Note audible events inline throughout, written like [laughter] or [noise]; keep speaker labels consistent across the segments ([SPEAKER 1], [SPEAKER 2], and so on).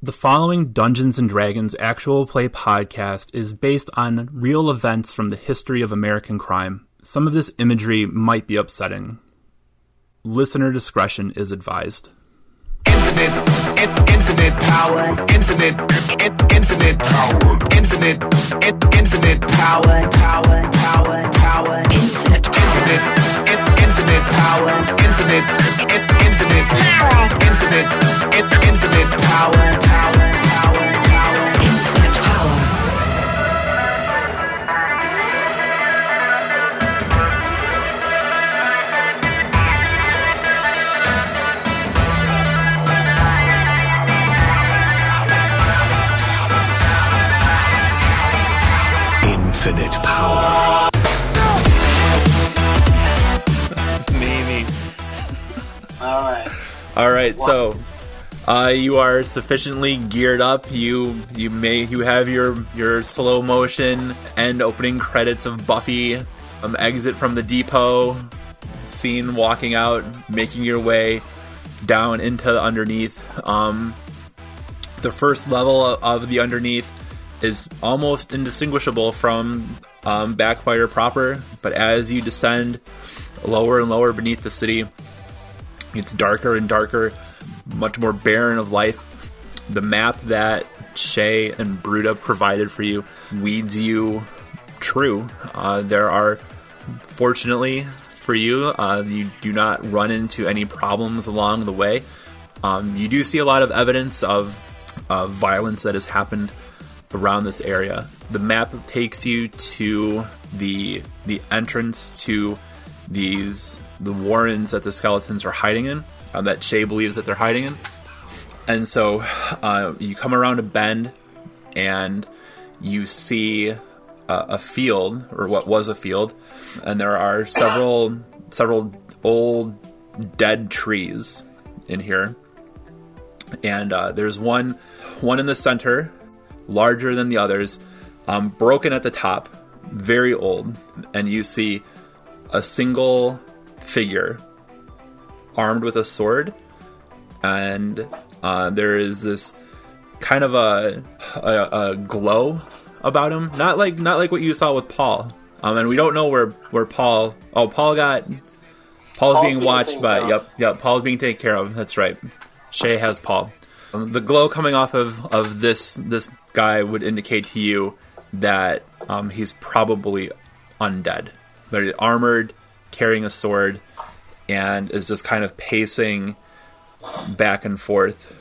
[SPEAKER 1] The following Dungeons and Dragons actual play podcast is based on real events from the history of American crime. Some of this imagery might be upsetting. Listener discretion is advised.
[SPEAKER 2] Infinite, in, infinite power, infinite, in, infinite power, infinite, in, infinite power, power, power, power, infinite, infinite, in, infinite power, infinite, in, infinite power, infinite, in, infinite power, power, power, power, infinite power.
[SPEAKER 3] infinite power.
[SPEAKER 1] Maybe.
[SPEAKER 4] All right.
[SPEAKER 1] All right, so uh, you are sufficiently geared up. You you may you have your your slow motion and opening credits of Buffy, um, exit from the depot, scene walking out, making your way down into the underneath. Um, the first level of the underneath is almost indistinguishable from um, Backfire proper, but as you descend lower and lower beneath the city, it's darker and darker, much more barren of life. The map that Shay and Bruta provided for you weeds you true. Uh, there are, fortunately for you, uh, you do not run into any problems along the way. Um, you do see a lot of evidence of uh, violence that has happened around this area. The map takes you to the the entrance to these the warrens that the skeletons are hiding in, uh, that Shay believes that they're hiding in. And so uh, you come around a bend, and you see a, a field, or what was a field, and there are several several old dead trees in here. And uh, there's one one in the center larger than the others, um, broken at the top, very old, and you see a single figure armed with a sword, and uh, there is this kind of a, a, a glow about him, not like not like what you saw with Paul. Um, and we don't know where where Paul. Oh, Paul got. Paul's,
[SPEAKER 4] Paul's
[SPEAKER 1] being
[SPEAKER 4] being
[SPEAKER 1] watched
[SPEAKER 4] taken
[SPEAKER 1] by.
[SPEAKER 4] care of.
[SPEAKER 1] Yep, yep. Paul's being taken care of. That's right. Shay has Paul. Um, the glow coming off of, of this this guy would indicate to you that um, he's probably undead, but he's armored, carrying a sword, and is just kind of pacing back and forth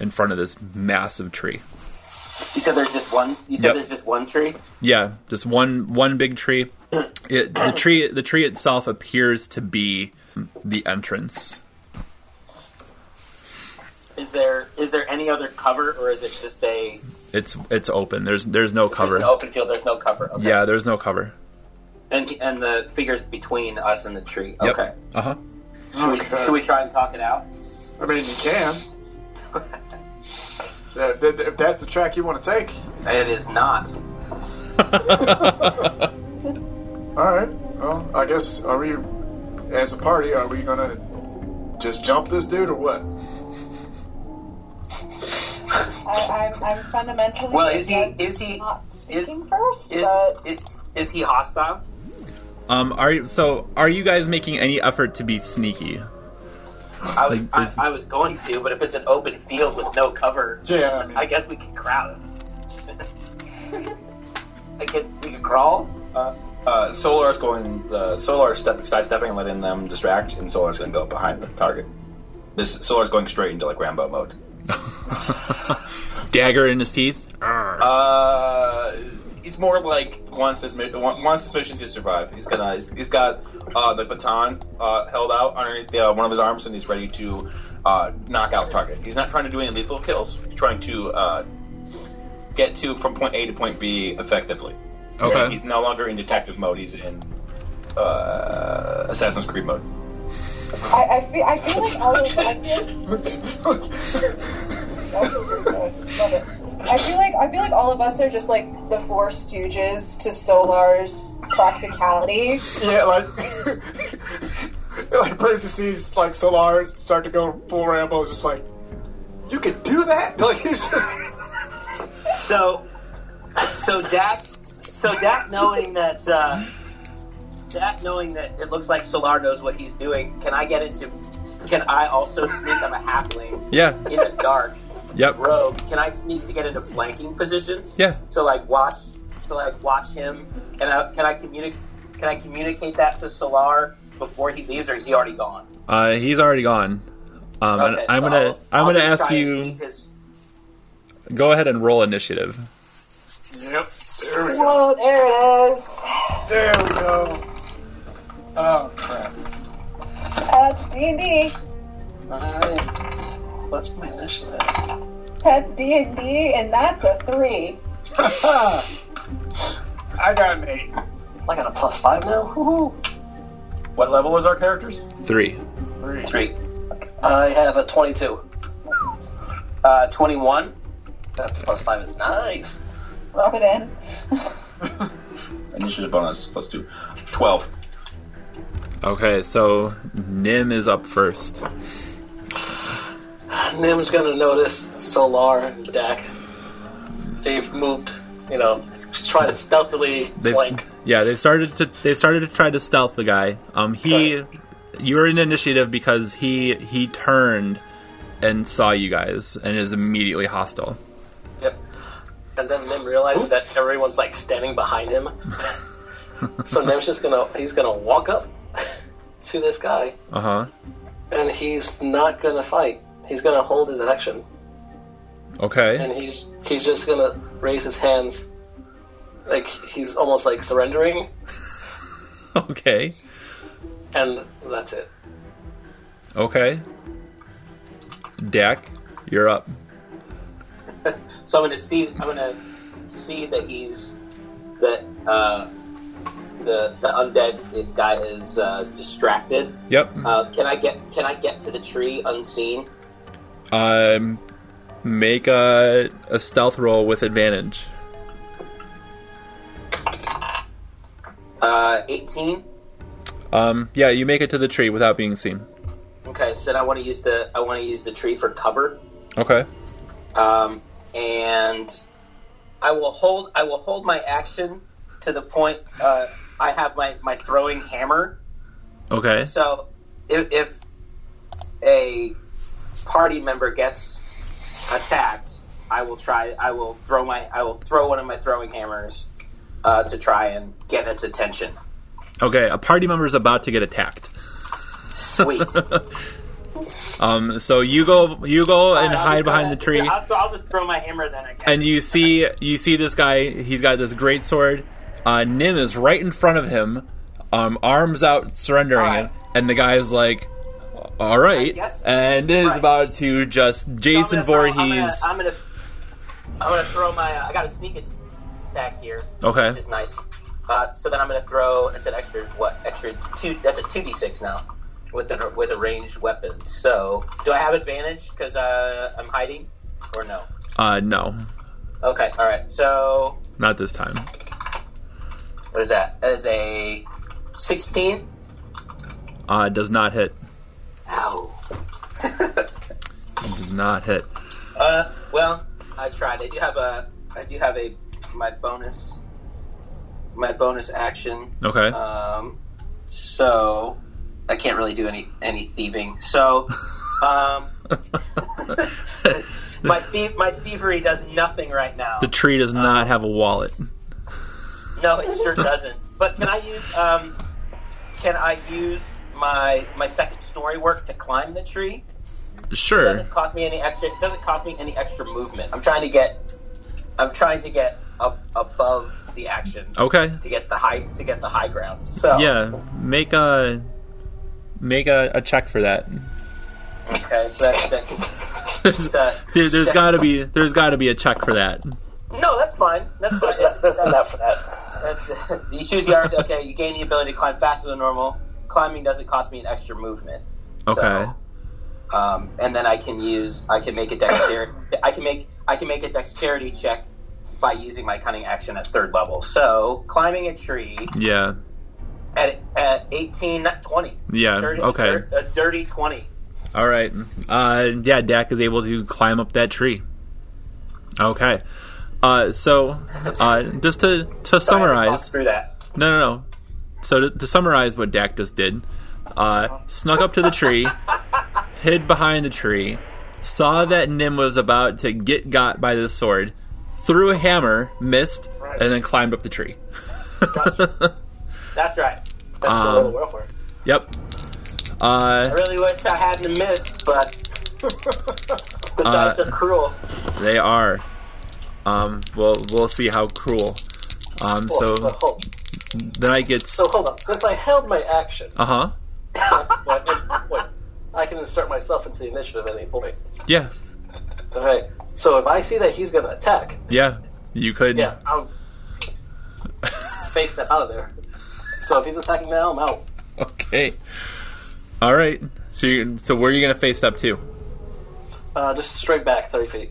[SPEAKER 1] in front of this massive tree.
[SPEAKER 4] You said there's just one. You said
[SPEAKER 1] Yep.
[SPEAKER 4] there's just one tree.
[SPEAKER 1] Yeah, just one one big tree. It, the tree the tree itself appears to be the entrance.
[SPEAKER 4] Is there is there any other cover, or is it just a
[SPEAKER 1] It's it's open. There's there's no
[SPEAKER 4] just
[SPEAKER 1] cover.
[SPEAKER 4] an open field? There's no cover. Okay.
[SPEAKER 1] Yeah, there's no cover.
[SPEAKER 4] And and the figures between us and the tree.
[SPEAKER 1] Yep.
[SPEAKER 4] Okay.
[SPEAKER 1] Uh huh.
[SPEAKER 4] Should we,
[SPEAKER 5] Okay.
[SPEAKER 4] should we try and talk it out?
[SPEAKER 5] Uh, I mean, you can. [laughs] Uh, th- th- if that's the track you want to take,
[SPEAKER 4] It is not.
[SPEAKER 5] all right. Well, I guess are we, as a party, are we gonna just jump this dude or what? [laughs]
[SPEAKER 6] I, I'm, I'm fundamentally.
[SPEAKER 4] Well, is he-
[SPEAKER 6] against
[SPEAKER 4] is he-
[SPEAKER 6] not
[SPEAKER 4] is-
[SPEAKER 6] speaking first?
[SPEAKER 4] Is
[SPEAKER 6] but
[SPEAKER 4] is, is he hostile?
[SPEAKER 1] Um, are you, so? Are you guys making any effort to be sneaky?
[SPEAKER 4] I was
[SPEAKER 1] Like,
[SPEAKER 4] I, I was going to, but if it's an open field with no cover,
[SPEAKER 5] Yeah, I mean,
[SPEAKER 4] I guess we could crowd. [laughs] I could we could crawl.
[SPEAKER 7] Uh, uh, Solar's going. Uh, Solar's step, sidestepping and letting them distract, and Solar's going to go behind the target. This Solar's going straight into like Rambo mode.
[SPEAKER 1] Dagger in his teeth.
[SPEAKER 7] Uh, he's more like wants his mi- wa- wants his mission to survive. He's gonna. He's, he's got uh, the baton uh, held out underneath uh, one of his arms, and he's ready to uh, knock out target. He's not trying to do any lethal kills. He's trying to uh, get to from point A to point B effectively.
[SPEAKER 1] Okay.
[SPEAKER 7] He's no longer in detective mode. He's in uh, Assassin's Creed mode.
[SPEAKER 6] I, I, feel, I feel like all of I feel, that's just really good. Love it. I feel like I feel like all of us are just like the four stooges to Solar's practicality.
[SPEAKER 5] yeah, like. [laughs] Like Percy sees like Solaris start to go full Rambo, is just like, you you can do that? [laughs] Like it's just
[SPEAKER 8] So, so Dak, so Dak knowing that, uh, Dak knowing that it looks like Solar knows what he's doing. Can I get into? Can I also sneak? I'm a halfling
[SPEAKER 1] Yeah.
[SPEAKER 8] in the dark
[SPEAKER 1] Yep.
[SPEAKER 8] rogue. Can I sneak to get into flanking position?
[SPEAKER 1] Yeah.
[SPEAKER 8] To like watch, to like watch him, and I, can I communicate? Can I communicate that to Solar before he leaves, or is he already gone?
[SPEAKER 1] Uh, he's already gone. Um, and
[SPEAKER 8] Okay,
[SPEAKER 1] I'm
[SPEAKER 8] so
[SPEAKER 1] gonna
[SPEAKER 8] I'll-
[SPEAKER 1] i am
[SPEAKER 8] I'll
[SPEAKER 1] gonna
[SPEAKER 8] just
[SPEAKER 1] ask
[SPEAKER 8] try and
[SPEAKER 1] you
[SPEAKER 8] keep his-
[SPEAKER 1] go ahead and roll initiative.
[SPEAKER 5] Yep. There we go.
[SPEAKER 6] Well, there it is.
[SPEAKER 5] There we go. Oh crap.
[SPEAKER 6] That's D and D.
[SPEAKER 5] Alright. What's my initiative?
[SPEAKER 6] That's D and D, and that's a three.
[SPEAKER 5] I got an eight. I got a plus five now? Woohoo!
[SPEAKER 7] What level is our characters?
[SPEAKER 1] Three.
[SPEAKER 5] Three.
[SPEAKER 8] Three,
[SPEAKER 9] I have a 22.
[SPEAKER 8] uh, twenty-one.
[SPEAKER 9] That plus five is nice.
[SPEAKER 6] Rub it in.
[SPEAKER 7] Initiative bonus plus two. Twelve.
[SPEAKER 1] Okay, so Nim is up first.
[SPEAKER 9] Nim's gonna notice Solar and Dak. They've moved, you know, just try to stealthily
[SPEAKER 1] They've,
[SPEAKER 9] flank.
[SPEAKER 1] yeah, they've started to they've started to try to stealth the guy. Um, he, you're in initiative because he he turned and saw you guys and is immediately hostile.
[SPEAKER 9] Yep. And then Nim realizes that everyone's like standing behind him. so Nim's just gonna he's gonna walk up to this guy
[SPEAKER 1] Uh huh.
[SPEAKER 9] and he's not gonna fight. He's gonna hold his action.
[SPEAKER 1] Okay. [laughs]
[SPEAKER 9] And he's he's just gonna raise his hands like he's almost like surrendering
[SPEAKER 1] Okay.
[SPEAKER 9] and that's it.
[SPEAKER 1] Okay. Dak, you're up.
[SPEAKER 8] So I'm gonna see. I'm gonna see that he's that uh, the the undead guy is uh, distracted.
[SPEAKER 1] Yep.
[SPEAKER 8] Uh, can I get Can I get to the tree unseen?
[SPEAKER 1] Um, make a a stealth roll with advantage.
[SPEAKER 8] Uh, Eighteen.
[SPEAKER 1] Um, yeah, you make it to the tree without being seen.
[SPEAKER 8] Okay, so then I want to use the I want to use the tree for cover,
[SPEAKER 1] Okay.
[SPEAKER 8] um, and I will hold I will hold my action to the point uh, I have my my throwing hammer.
[SPEAKER 1] Okay.
[SPEAKER 8] So, if, if a party member gets attacked, I will try. I will throw my. I will throw one of my throwing hammers uh, to try and get its attention.
[SPEAKER 1] Okay. A party member is about to get attacked.
[SPEAKER 8] Sweet.
[SPEAKER 1] Um, so you go, you go [laughs] and hide behind the tree,
[SPEAKER 8] I'll, I'll just throw my hammer then. I guess.
[SPEAKER 1] and you see, you see this guy. He's got this great sword. Uh, Nim is right in front of him, um, arms out, surrendering
[SPEAKER 8] All right.
[SPEAKER 1] it, and the guy is like, "All right,"
[SPEAKER 8] guess-
[SPEAKER 1] and is
[SPEAKER 8] right.
[SPEAKER 1] about to just
[SPEAKER 8] So
[SPEAKER 1] Jason
[SPEAKER 8] I'm gonna throw-
[SPEAKER 1] Voorhees.
[SPEAKER 8] I'm gonna, I'm gonna. I'm gonna throw my. Uh, I got a sneak attack here.
[SPEAKER 1] Okay.
[SPEAKER 8] Which is nice. Uh, so then I'm gonna throw. It's an extra what? Extra two. That's a two d six now. With a with a ranged weapon. So do I have advantage because uh, I'm hiding, or no?
[SPEAKER 1] Uh, no,
[SPEAKER 8] Okay. All right. So
[SPEAKER 1] not this time.
[SPEAKER 8] what is that? That is a sixteen.
[SPEAKER 1] Uh, does not hit.
[SPEAKER 8] Ow. [laughs]
[SPEAKER 1] Does not hit.
[SPEAKER 8] Uh. Well, I tried. I do have a. I do have a. My bonus. My bonus action.
[SPEAKER 1] Okay.
[SPEAKER 8] Um, so I can't really do any any thieving. So
[SPEAKER 1] [laughs]
[SPEAKER 8] um, my thie- my thievery does nothing right now.
[SPEAKER 1] [laughs] the tree does
[SPEAKER 8] uh,
[SPEAKER 1] not have a wallet.
[SPEAKER 8] No, it sure doesn't. But can I use um, can I use my my second story work to climb the tree? It
[SPEAKER 1] Sure.
[SPEAKER 8] doesn't cost me any extra. It doesn't cost me any extra movement. I'm trying to get I'm trying to get up above the action
[SPEAKER 1] Okay.
[SPEAKER 8] to get the high to get the high ground. So
[SPEAKER 1] Oh. Yeah. Make a make a, a check for that.
[SPEAKER 8] okay, so that's, that's
[SPEAKER 1] There's,
[SPEAKER 8] Uh,
[SPEAKER 1] [laughs] there, has got to be there's got to be a check for that.
[SPEAKER 8] No, that's fine. That's fine. That's,
[SPEAKER 9] That's enough for that.
[SPEAKER 8] that's, [laughs] you choose the art. Okay, you gain the ability to climb faster than normal. Climbing doesn't cost me an extra movement.
[SPEAKER 1] Okay.
[SPEAKER 8] Um, and then I can use. I can make a dexterity. I can make. I can make a dexterity check by using my cunning action at third level. So climbing a tree
[SPEAKER 1] Yeah.
[SPEAKER 8] at at 18, not 20.
[SPEAKER 1] Yeah.
[SPEAKER 8] Dirty-
[SPEAKER 1] Okay.
[SPEAKER 8] A dirty 20.
[SPEAKER 1] All right. Uh, yeah, Dak is able to climb up that tree. Okay. Uh, so, uh, just to, to summarize.
[SPEAKER 9] through that.
[SPEAKER 1] No, no, no. So to, to summarize what Dak just did, uh, snuck up to the tree, hid behind the tree, saw that Nim was about to get got by the sword, threw a hammer, missed, and then climbed up the tree.
[SPEAKER 8] That's right.
[SPEAKER 9] That's
[SPEAKER 1] Um,
[SPEAKER 9] um, the world for.
[SPEAKER 1] Yep. Uh,
[SPEAKER 8] I really wish I hadn't missed,
[SPEAKER 9] [laughs]
[SPEAKER 8] but the dice are cruel.
[SPEAKER 1] they are. Um, we'll we'll see how cruel. Um,
[SPEAKER 9] Well,
[SPEAKER 1] so
[SPEAKER 9] but hold,
[SPEAKER 1] the knight gets.
[SPEAKER 9] Oh, so hold on. Since I held my action, [laughs]
[SPEAKER 1] Uh huh.
[SPEAKER 9] what, what, what, I can insert myself into the initiative at any point.
[SPEAKER 1] Yeah.
[SPEAKER 9] All right. So if I see that he's going to attack,
[SPEAKER 1] Yeah. You could.
[SPEAKER 9] yeah, I'm spacing out of there. So if he's attacking now, I'm out.
[SPEAKER 1] [laughs] Okay. All right. So you so where are you gonna face up to?
[SPEAKER 9] Uh, just straight back thirty feet.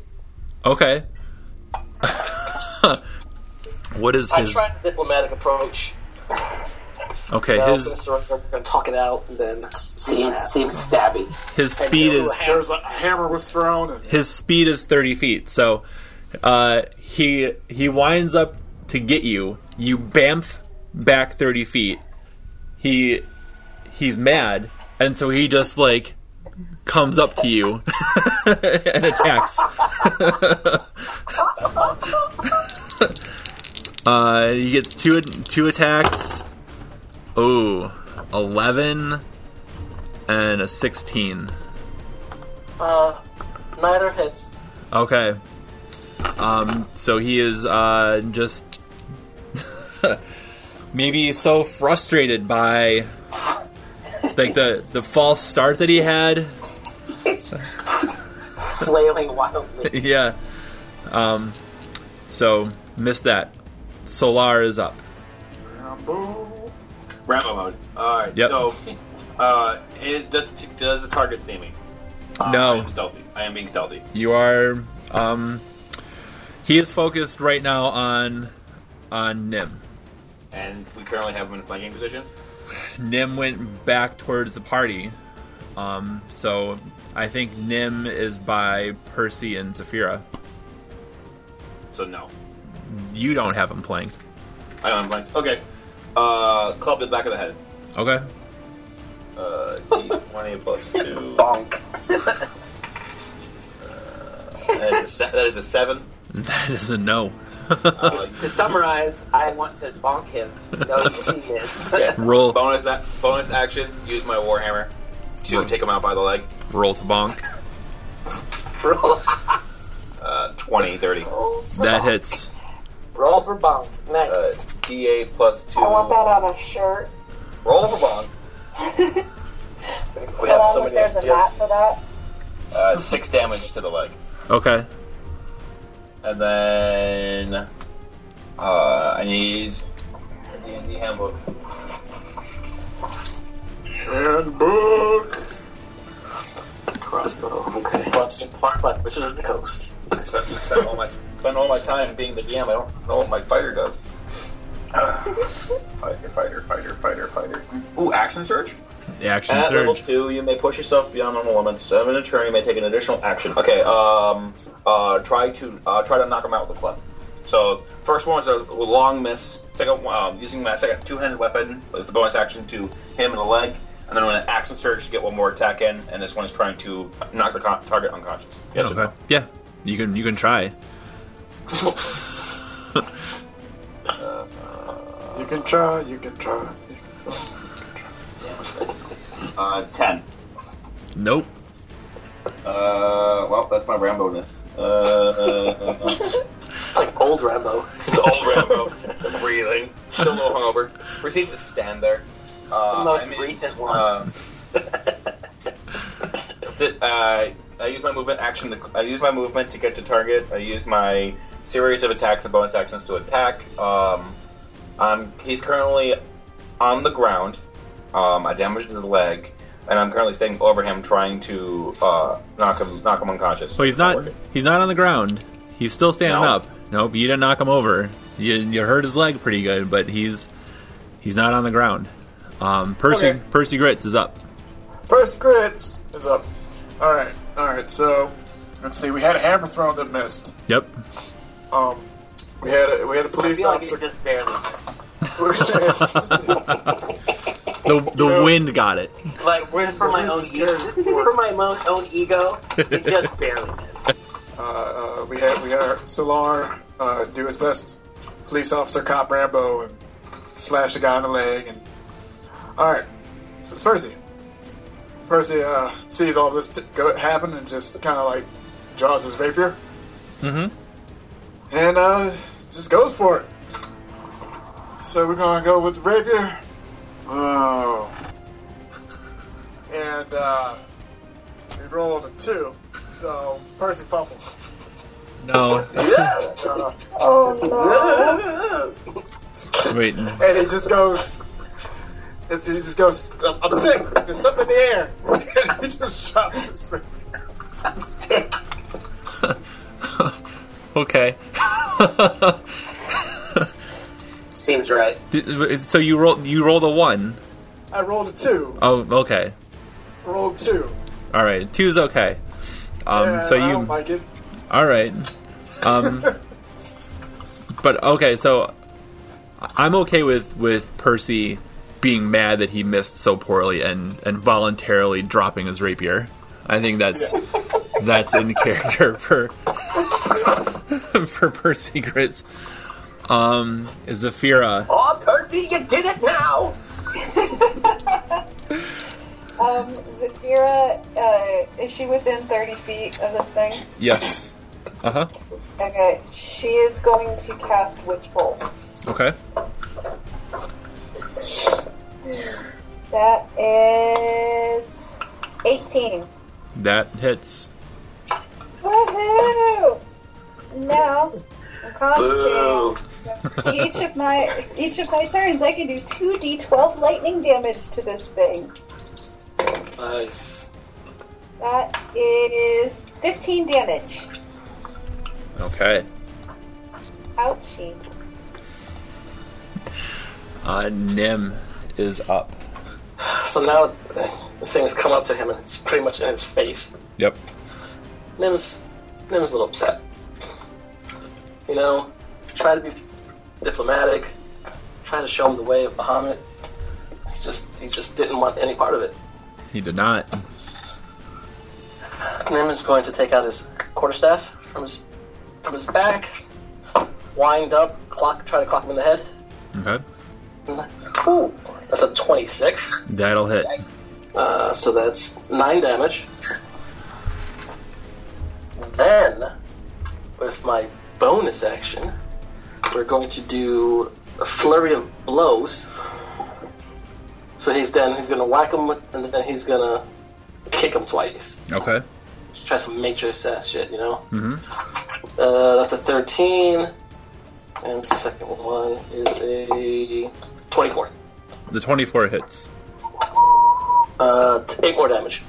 [SPEAKER 1] Okay. [laughs] what is
[SPEAKER 9] I
[SPEAKER 1] his?
[SPEAKER 9] tried the diplomatic approach. Uh,
[SPEAKER 1] Okay,
[SPEAKER 9] Now
[SPEAKER 1] his
[SPEAKER 9] we're going to talk it out and then see.
[SPEAKER 8] Seems seems stabby.
[SPEAKER 1] his speed is
[SPEAKER 5] There was a hammer was thrown, and
[SPEAKER 1] his speed is thirty feet. So, uh, he he winds up to get you. You bamf back thirty feet. He he's mad, and so he just like comes up to you [laughs] and attacks. [laughs] uh, he gets two two attacks. Oh, 11 and a sixteen.
[SPEAKER 9] Uh, neither hits.
[SPEAKER 1] Okay. Um, so he is uh, just [laughs] maybe so frustrated by like the the false start that he had. [laughs]
[SPEAKER 9] Flailing wildly.
[SPEAKER 1] yeah. Um, so missed that. Solar is up.
[SPEAKER 5] Rambo.
[SPEAKER 7] Rambo mode. All right.
[SPEAKER 1] Yep.
[SPEAKER 7] So, uh, it does does the target see me? Uh,
[SPEAKER 1] No.
[SPEAKER 7] I am stealthy. I am being stealthy.
[SPEAKER 1] You are um, he is focused right now on on Nim.
[SPEAKER 7] and we currently have him in a flanking position.
[SPEAKER 1] Nim went back towards the party. Um, so I think Nim is by Percy and Zafira.
[SPEAKER 7] So no,
[SPEAKER 1] You don't have him playing.
[SPEAKER 7] I am blank. Okay, uh, club to the back of the [laughs] head.
[SPEAKER 1] Okay. [laughs]
[SPEAKER 7] Uh, D20 plus two.
[SPEAKER 9] Bonk.
[SPEAKER 7] Uh, That is a, se- that is a seven.
[SPEAKER 1] That is a no.
[SPEAKER 7] Uh,
[SPEAKER 8] To summarize, I want to bonk him. No,
[SPEAKER 1] [laughs]
[SPEAKER 8] he missed.
[SPEAKER 7] yeah.
[SPEAKER 1] Roll
[SPEAKER 7] Bonus that bonus action. Use my warhammer to take him out by the leg.
[SPEAKER 1] roll to bonk.
[SPEAKER 9] Roll,
[SPEAKER 7] Uh, 20, 30.
[SPEAKER 1] That hits.
[SPEAKER 9] roll for bonk. Nice.
[SPEAKER 7] Uh, DA plus two.
[SPEAKER 6] I want that on a shirt.
[SPEAKER 7] Roll for bond.
[SPEAKER 9] we
[SPEAKER 6] Hold
[SPEAKER 9] have
[SPEAKER 6] on,
[SPEAKER 9] so
[SPEAKER 6] if
[SPEAKER 9] many
[SPEAKER 6] there's a hat
[SPEAKER 9] ideas.
[SPEAKER 6] for that.
[SPEAKER 7] Uh, six damage to the leg,
[SPEAKER 1] Okay.
[SPEAKER 7] and then uh, I need a D&D handbook.
[SPEAKER 5] And book.
[SPEAKER 9] Crossbow. Okay. Bunch of park like Wizard of the Coast.
[SPEAKER 7] spend, spend all my spend all my time being the DM. I don't know what my fighter does. [sighs] fighter, fighter, fighter, fighter, fighter. Ooh, action surge.
[SPEAKER 1] The action
[SPEAKER 7] At Uh, level
[SPEAKER 1] surge.
[SPEAKER 7] two, you may push yourself beyond normal limits. Of an turn, you may take an additional action. Okay. Um. Uh. Try to uh, try to knock him out with a club. So first one was a long miss. Second, um, using my second two-handed weapon is the bonus action to him in the leg, and then with an action surge to get one more attack in. And this one is trying to knock the con- target unconscious. Yes. or
[SPEAKER 1] Okay. Yeah. You can you can try.
[SPEAKER 5] You can try. You can try.
[SPEAKER 7] no? Uh, ten.
[SPEAKER 1] Nope.
[SPEAKER 7] Uh, well, that's my Rambo ness. Uh, uh,
[SPEAKER 9] It's like old Rambo.
[SPEAKER 7] it's [laughs] all Rambo. I'm breathing. Still a little hungover. Proceeds to stand there. Uh,
[SPEAKER 8] the most
[SPEAKER 7] I'm
[SPEAKER 8] [laughs]
[SPEAKER 7] in-
[SPEAKER 8] recent one.
[SPEAKER 7] Um, that's it. Uh, I use my movement action. To, I use my movement to get to target. I use my series of attacks and bonus actions to attack. Um, I'm, he's currently on the ground. Um, I damaged his leg, and I'm currently standing over him, trying to uh, knock him knock him unconscious.
[SPEAKER 1] So he's not he's not on the ground. He's still standing
[SPEAKER 7] No.
[SPEAKER 1] up. Nope. You didn't knock him over. You you hurt his leg pretty good, but he's he's not on the ground. Um, Percy
[SPEAKER 5] Okay.
[SPEAKER 1] Percy Grits is up.
[SPEAKER 5] Percy Grits is up. All right, all right. So let's see. We had a hammer thrown that missed.
[SPEAKER 1] Yep.
[SPEAKER 5] Um, we had a, we had a
[SPEAKER 8] I
[SPEAKER 5] police
[SPEAKER 8] feel like it
[SPEAKER 5] officer.
[SPEAKER 8] just barely missed.
[SPEAKER 1] The the wind got it.
[SPEAKER 8] Like, just for my own ego, just for my mo- own ego, it [laughs] just barely missed.
[SPEAKER 5] [laughs] uh, uh, we had we had our Solar uh, do his best. Police officer cop Rambo and slash a guy in the leg. And all right, so it's Percy. Percy uh, sees all this t- go- happen and just kind of like draws his rapier
[SPEAKER 1] Mm-hmm.
[SPEAKER 5] and uh, just goes for it. So we're gonna go with the rapier. Oh. And uh, we rolled a two, so Percy fumbles. [laughs]
[SPEAKER 1] No.
[SPEAKER 5] Uh,
[SPEAKER 6] Oh no.
[SPEAKER 1] Wait.
[SPEAKER 5] and he just goes. It's, he just goes. I'm, I'm sick. There's something in the air. [laughs] and he just drops his finger.
[SPEAKER 8] I'm sick.
[SPEAKER 1] Okay.
[SPEAKER 8] Seems right.
[SPEAKER 1] Did- so you roll you roll the one.
[SPEAKER 5] I rolled a two.
[SPEAKER 1] Oh, okay.
[SPEAKER 5] I rolled a two. uh,
[SPEAKER 1] All right. Two's okay. Um.
[SPEAKER 5] Yeah,
[SPEAKER 1] so
[SPEAKER 5] I
[SPEAKER 1] you.
[SPEAKER 5] don't like it.
[SPEAKER 1] All right. Um, but okay, so I'm okay with with Percy being mad that he missed so poorly and and voluntarily dropping his rapier. I think that's that's in character for [laughs] for Percy Grits. Um, Zafira.
[SPEAKER 8] Oh, Percy, you did it now!
[SPEAKER 6] Um, Zafira, uh, is she within 30 feet of this thing?
[SPEAKER 1] Yes. Uh huh.
[SPEAKER 6] Okay, she is going to cast Witch Bolt.
[SPEAKER 1] Okay.
[SPEAKER 6] That is 18.
[SPEAKER 1] That hits.
[SPEAKER 6] Woohoo! Now, I'm
[SPEAKER 7] Boo.
[SPEAKER 6] concentrating. each of my each of my turns, I can do two d12 lightning damage to this thing.
[SPEAKER 9] Nice.
[SPEAKER 6] That is 15 damage.
[SPEAKER 1] Okay.
[SPEAKER 6] Ouchie.
[SPEAKER 1] Uh, Nim is up.
[SPEAKER 9] So now the things come up to him and it's pretty much in his face.
[SPEAKER 1] Yep.
[SPEAKER 9] Nim's Nim's a little upset. You know, try to be diplomatic, try to show him the way of Bahamut. He just he just didn't want any part of it.
[SPEAKER 1] He did not.
[SPEAKER 9] Nim is going to take out his quarterstaff from his from his back, wind up, clock try to clock him in the head.
[SPEAKER 1] Okay.
[SPEAKER 9] Ooh, that's a twenty-six.
[SPEAKER 1] That'll hit.
[SPEAKER 9] Uh, so that's nine damage. Then, with my bonus action, we're going to do a flurry of blows. So he's then he's gonna whack him with, and then he's gonna kick him twice.
[SPEAKER 1] Okay.
[SPEAKER 9] Just try some major ass shit, you know.
[SPEAKER 1] hmm
[SPEAKER 9] Uh, that's a thirteen, and the second one is a twenty-four.
[SPEAKER 1] The 24 hits.
[SPEAKER 9] Uh, eight more damage.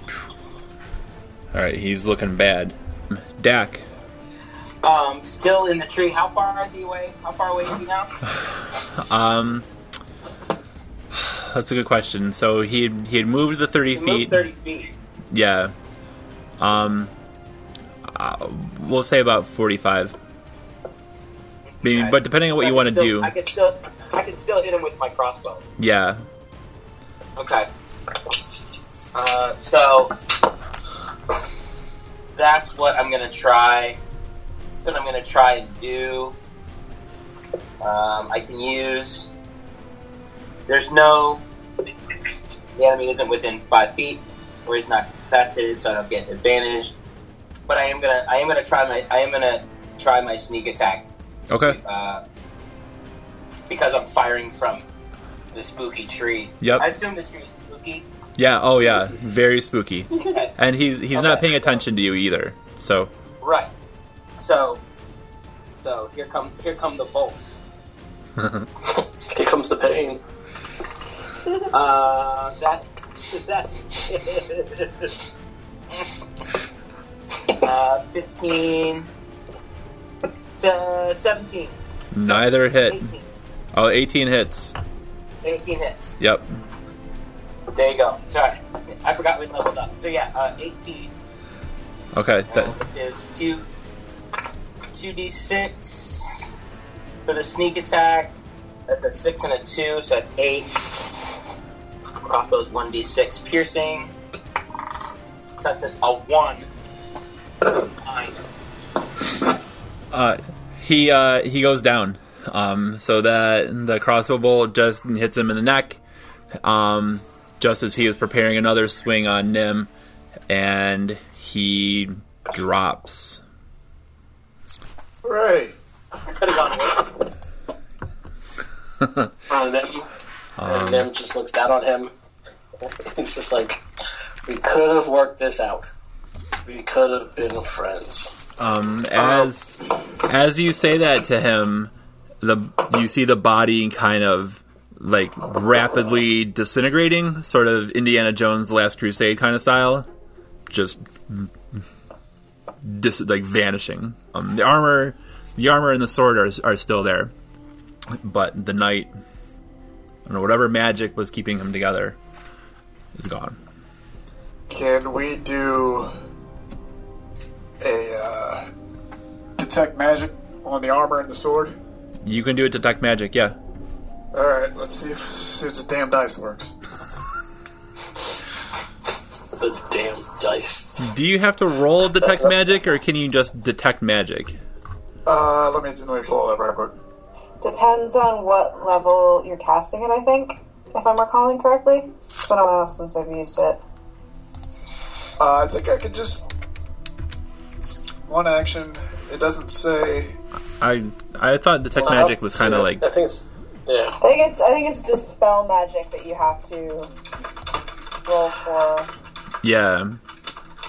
[SPEAKER 1] All right, he's looking bad. Dak,
[SPEAKER 8] Um, still in the tree. How far is he away? How far away is he now?
[SPEAKER 1] um, that's a good question. So he had, he had moved the 30
[SPEAKER 8] He
[SPEAKER 1] feet.
[SPEAKER 8] moved 30 feet.
[SPEAKER 1] Yeah. Um, uh, we'll say about 45. Maybe,
[SPEAKER 8] Okay.
[SPEAKER 1] But depending on what
[SPEAKER 8] I
[SPEAKER 1] you
[SPEAKER 8] can
[SPEAKER 1] want to
[SPEAKER 8] still-
[SPEAKER 1] do,
[SPEAKER 8] I can still, I can still hit him with my crossbow.
[SPEAKER 1] yeah.
[SPEAKER 8] Okay. Uh, so that's what I'm gonna try. What I'm gonna try and do. Um, I can use. There's no. The enemy isn't within five feet, or he's not infested, so I don't get advantage. But I am gonna. I am gonna try my. I am gonna try my sneak attack.
[SPEAKER 1] Okay.
[SPEAKER 8] Uh, because I'm firing from the spooky tree.
[SPEAKER 1] Yep.
[SPEAKER 8] I assume the tree is spooky.
[SPEAKER 1] Yeah. Oh, yeah. Very spooky. And he's he's not
[SPEAKER 8] Okay. [laughs]
[SPEAKER 1] paying attention to you either. So
[SPEAKER 8] Right. So, so here come here come the bolts.
[SPEAKER 9] Here comes the pain.
[SPEAKER 8] Uh, that that. [laughs] uh, fifteen. uh, To 17,
[SPEAKER 1] neither hit.
[SPEAKER 8] 18,
[SPEAKER 1] Oh, 18 hits.
[SPEAKER 8] 18 hits.
[SPEAKER 1] Yep.
[SPEAKER 8] There you go. Sorry, I forgot we leveled up. So yeah, uh, 18
[SPEAKER 1] Okay, that,
[SPEAKER 8] There's two two d six for the sneak attack. That's a six and a two, so that's eight. Crossbow's one d six piercing. That's an, a one. Nine.
[SPEAKER 1] uh, he uh, he goes down. Um, so that the crossbow bolt just hits him in the neck, um, just as he was preparing another swing on Nim, and he drops.
[SPEAKER 5] Hooray!
[SPEAKER 8] Could have gone worse.
[SPEAKER 1] [laughs]
[SPEAKER 9] on them.
[SPEAKER 1] Um,
[SPEAKER 9] and Nim just looks down on him. He's just like, we could have worked this out. We could have been friends.
[SPEAKER 1] Um, as as you say that to him, the you see the body kind of like rapidly disintegrating, sort of Indiana Jones Last Crusade kind of style, just dis- like vanishing. Um, the armor, the armor and the sword are are still there, but the knight, I don't know, whatever magic was keeping him together, is gone.
[SPEAKER 5] Can we do a uh, detect magic on the armor and the sword?
[SPEAKER 1] You can do it to detect magic, yeah.
[SPEAKER 5] All right, let's see if, see if the damn dice works.
[SPEAKER 9] The damn dice.
[SPEAKER 1] Do you have to roll detect magic, or can you just detect magic?
[SPEAKER 5] Uh, let me let me pull it up right quick.
[SPEAKER 6] Depends on what level you're casting it, I think, if I'm recalling correctly. It's been a while since I've used it.
[SPEAKER 5] Uh, I think I could just one action. It doesn't say.
[SPEAKER 1] I I thought detect magic was kind of
[SPEAKER 9] Yeah,
[SPEAKER 1] like
[SPEAKER 9] I think it's. Yeah.
[SPEAKER 6] [laughs] I think it's I think it's dispel magic that you have to roll for.
[SPEAKER 1] yeah.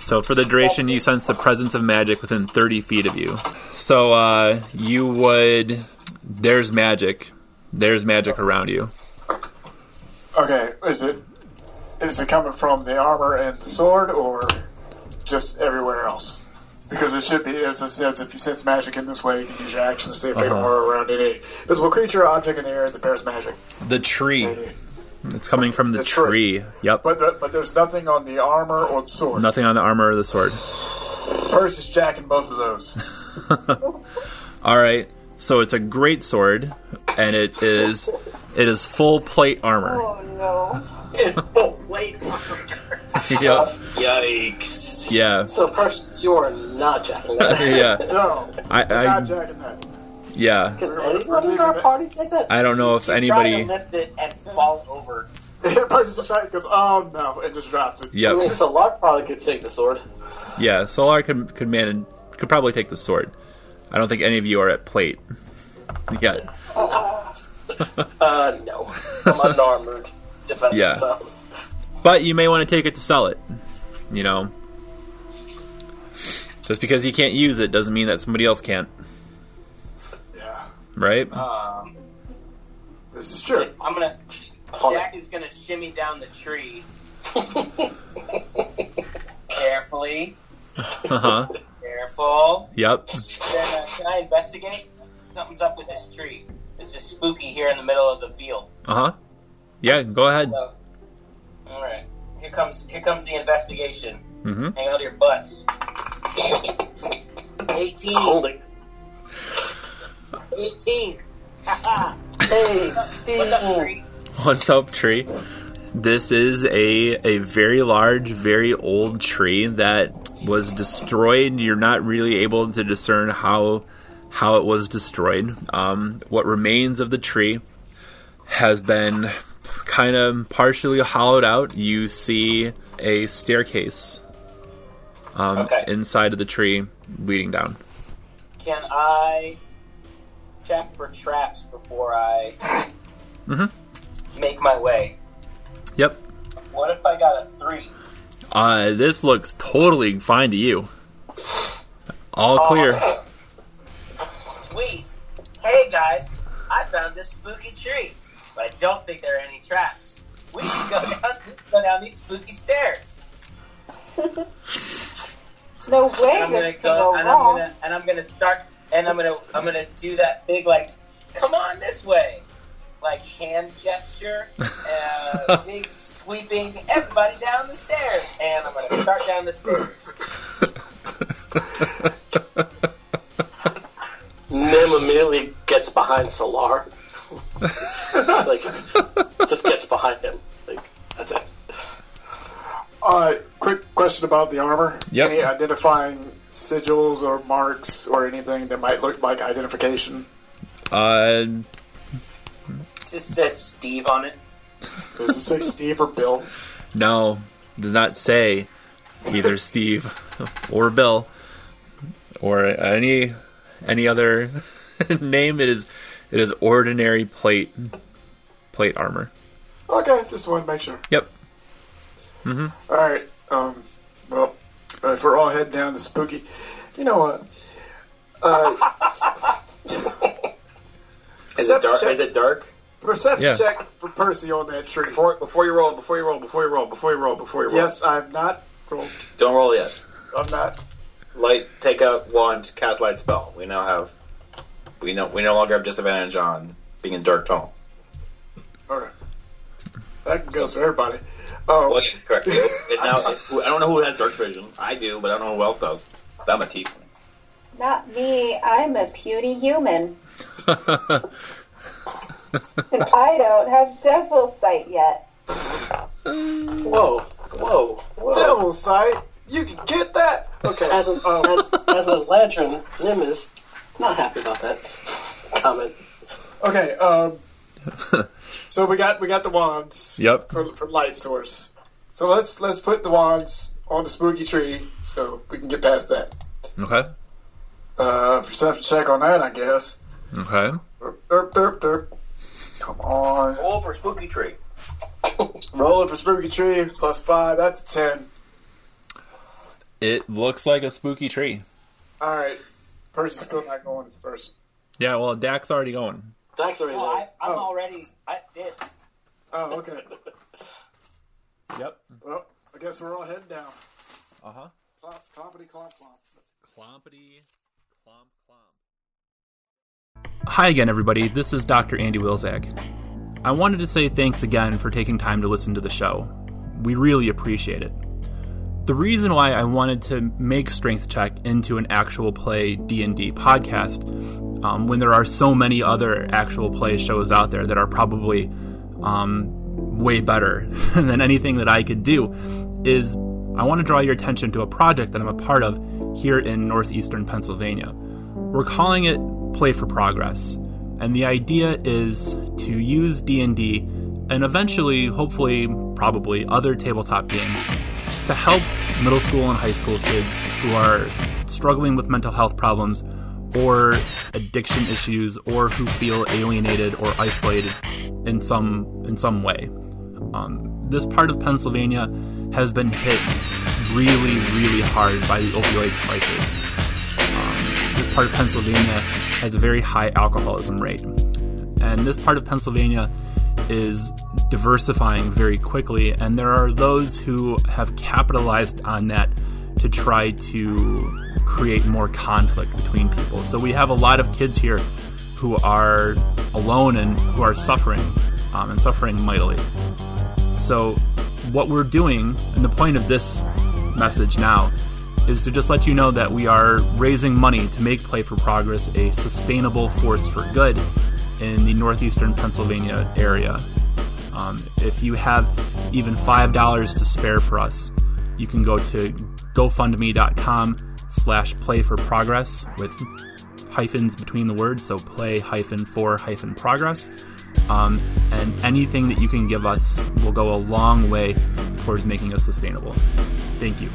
[SPEAKER 1] So for the duration, you sense the presence of magic within 30 feet of you. So uh, you would there's magic, there's magic around you.
[SPEAKER 5] Okay, is it is it coming from the armor and the sword, or just everywhere else? Because it should be as it says, if you sense magic in this way, you can use your action to see if they
[SPEAKER 1] Uh-huh.
[SPEAKER 5] are around any visible creature, or object in the air that bears magic.
[SPEAKER 1] The tree. It's coming from the
[SPEAKER 5] The tree.
[SPEAKER 1] tree. Yep.
[SPEAKER 5] But the, but there's nothing on the armor or the sword.
[SPEAKER 1] Nothing on the armor or the sword.
[SPEAKER 5] Purse is jacking both of
[SPEAKER 1] [laughs]
[SPEAKER 5] those.
[SPEAKER 1] All right. So it's a great sword, and it is it is full plate armor. [laughs]
[SPEAKER 6] Oh no.
[SPEAKER 8] It's full plate.
[SPEAKER 1] [laughs] yep.
[SPEAKER 9] Yikes.
[SPEAKER 1] Yeah. [laughs]
[SPEAKER 9] So, first, you are not jacking that.
[SPEAKER 1] Yeah.
[SPEAKER 5] No,
[SPEAKER 1] I,
[SPEAKER 5] not
[SPEAKER 1] I
[SPEAKER 5] jacking that. [laughs]
[SPEAKER 1] yeah.
[SPEAKER 9] Can anyone in our party take that?
[SPEAKER 1] I don't know if
[SPEAKER 8] Try
[SPEAKER 1] anybody.
[SPEAKER 8] to lift it and fall over.
[SPEAKER 5] Purse just trying goes, oh no, and just drops it.
[SPEAKER 9] I mean,
[SPEAKER 1] Yep.
[SPEAKER 9] Solar probably could take the sword.
[SPEAKER 1] Yeah, Solar could could man could probably take the sword. I don't think any of you are at plate yet.
[SPEAKER 9] Uh, no.
[SPEAKER 1] [laughs]
[SPEAKER 9] I'm unarmored. Defense.
[SPEAKER 1] Yeah.
[SPEAKER 9] So.
[SPEAKER 1] But you may want to take it to sell it. You know. Just because you can't use it doesn't mean that somebody else can't,
[SPEAKER 5] Yeah,
[SPEAKER 1] right?
[SPEAKER 8] Um,
[SPEAKER 5] this is true.
[SPEAKER 8] I'm gonna. Jack is gonna shimmy down the tree carefully.
[SPEAKER 1] Uh-huh.
[SPEAKER 8] Careful.
[SPEAKER 1] Yep.
[SPEAKER 8] Then, uh, can I investigate? Something's up with this tree. It's just spooky here in the middle of the field.
[SPEAKER 1] Uh-huh. Yeah, go ahead.
[SPEAKER 8] So, all right. Here comes here comes the investigation.
[SPEAKER 1] Mhm.
[SPEAKER 8] Hang out your butts. Eighteen.
[SPEAKER 9] Holding.
[SPEAKER 8] Eighteen.
[SPEAKER 9] Hey,
[SPEAKER 8] What's up, tree?
[SPEAKER 1] [laughs] What's up, tree? This is a a very large, very old tree that was destroyed. You're not really able to discern how how it was destroyed. Um, what remains of the tree has been kind of partially hollowed out. You see a staircase um,
[SPEAKER 8] Okay.
[SPEAKER 1] inside of the tree leading down.
[SPEAKER 8] Can I check for traps before I
[SPEAKER 1] Mhm.
[SPEAKER 8] make my way?
[SPEAKER 1] Yep.
[SPEAKER 8] What if I got a three?
[SPEAKER 1] Uh, this looks totally fine to you. All clear.
[SPEAKER 8] Sweet. Hey guys, I found this spooky tree, but I don't think there are any traps. We should go [laughs] down, go down these spooky stairs.
[SPEAKER 6] No way
[SPEAKER 8] I'm gonna
[SPEAKER 6] this could
[SPEAKER 8] go
[SPEAKER 6] go
[SPEAKER 8] and I'm
[SPEAKER 6] wrong.
[SPEAKER 8] gonna and I'm gonna start and I'm gonna I'm gonna do that big like, come on this way, like hand gesture, uh, big sweeping everybody down the stairs, and I'm gonna start down the stairs.
[SPEAKER 9] Nim immediately gets behind Solar. like, just gets behind him. Like, that's it.
[SPEAKER 5] Uh, quick question about the armor.
[SPEAKER 1] Yep.
[SPEAKER 5] Any identifying sigils or marks or anything that might look like identification?
[SPEAKER 1] Uh,
[SPEAKER 8] Just said Steve on it.
[SPEAKER 5] Does
[SPEAKER 1] [laughs]
[SPEAKER 5] it say Steve or Bill?
[SPEAKER 1] no, does not say either Steve or Bill or any any other [laughs] name. It is it is ordinary plate plate armor.
[SPEAKER 5] Okay, just wanted to make sure.
[SPEAKER 1] Yep.
[SPEAKER 5] All right. Um, well, uh, if we're all heading down to Spooky, you know what? Uh,
[SPEAKER 7] [laughs] Is
[SPEAKER 5] Perception
[SPEAKER 7] it dark?
[SPEAKER 5] check.
[SPEAKER 7] Is it dark?
[SPEAKER 5] perception
[SPEAKER 1] Yeah.
[SPEAKER 5] check for Percy on that tree.
[SPEAKER 7] Before before you roll, before you roll, before you roll, before you roll, before you roll.
[SPEAKER 5] Yes, I'm not. rolled.
[SPEAKER 7] Don't roll yet.
[SPEAKER 5] I'm not.
[SPEAKER 7] Light. Take out wand. Cast light spell. We now have. We no. We no longer have disadvantage on being in dark tunnel.
[SPEAKER 5] All right. That goes for everybody. Oh,
[SPEAKER 7] Well, yeah, correct. It
[SPEAKER 8] [laughs]
[SPEAKER 7] now, I don't know who has dark vision. I do, but I don't know who else does. 'Cause I'm a tiefling.
[SPEAKER 6] Not me. I'm a puny human. and I don't have devil sight yet.
[SPEAKER 9] Whoa, whoa, whoa.
[SPEAKER 5] devil sight. You can get that. Okay.
[SPEAKER 9] As, a,
[SPEAKER 5] um,
[SPEAKER 9] as, as a ladron, Nim is not happy about that comment.
[SPEAKER 5] okay. Um, so we got we got the wands.
[SPEAKER 1] Yep.
[SPEAKER 5] for, for light source. So let's let's put the wands on the spooky tree so we can get past that.
[SPEAKER 1] Okay.
[SPEAKER 5] Uh, perception check on that, I guess.
[SPEAKER 1] Okay.
[SPEAKER 5] Derp, derp, derp, derp. Come on.
[SPEAKER 8] Roll for Spooky Tree.
[SPEAKER 5] Roll it for spooky tree plus five. That's a ten.
[SPEAKER 1] It looks like a spooky tree.
[SPEAKER 5] All right. Person's still not going to first.
[SPEAKER 1] Yeah. Well, Dak's already going.
[SPEAKER 9] Dax already
[SPEAKER 8] No,
[SPEAKER 9] there.
[SPEAKER 8] I, I'm
[SPEAKER 5] Oh.
[SPEAKER 8] already. I did.
[SPEAKER 5] Oh, okay.
[SPEAKER 1] Yep.
[SPEAKER 5] Well, I guess we're all heading down.
[SPEAKER 1] Uh huh.
[SPEAKER 5] Clomp, clompity, clomp, clomp. That's
[SPEAKER 1] Clompity, clomp, clomp. Hi again, everybody. This is Dr. Andy Wilczak. I wanted to say thanks again for taking time to listen to the show. We really appreciate it. The reason why I wanted to make Strength Check into an actual play D&D podcast um, when there are so many other actual play shows out there that are probably um, way better [laughs] than anything that I could do is I want to draw your attention to a project that I'm a part of here in northeastern Pennsylvania. We're calling it Play for Progress, and the idea is to use D&D and eventually, hopefully, probably other tabletop games to help middle school and high school kids who are struggling with mental health problems or addiction issues or who feel alienated or isolated in some in some way. Um, this part of Pennsylvania has been hit really, really hard by the opioid crisis. Um, this part of Pennsylvania has a very high alcoholism rate. And this part of Pennsylvania is diversifying very quickly, and there are those who have capitalized on that to try to create more conflict between people. So we have a lot of kids here who are alone and who are suffering, um, and suffering mightily. So, what we're doing, and the point of this message now, is to just let you know that we are raising money to make Play for Progress a sustainable force for good in the northeastern Pennsylvania area. Um, if you have even $5 to spare for us, you can go to gofundme.com slash play for progress with hyphens between the words, so play hyphen for hyphen progress um, and anything that you can give us will go a long way towards making us sustainable. Thank you.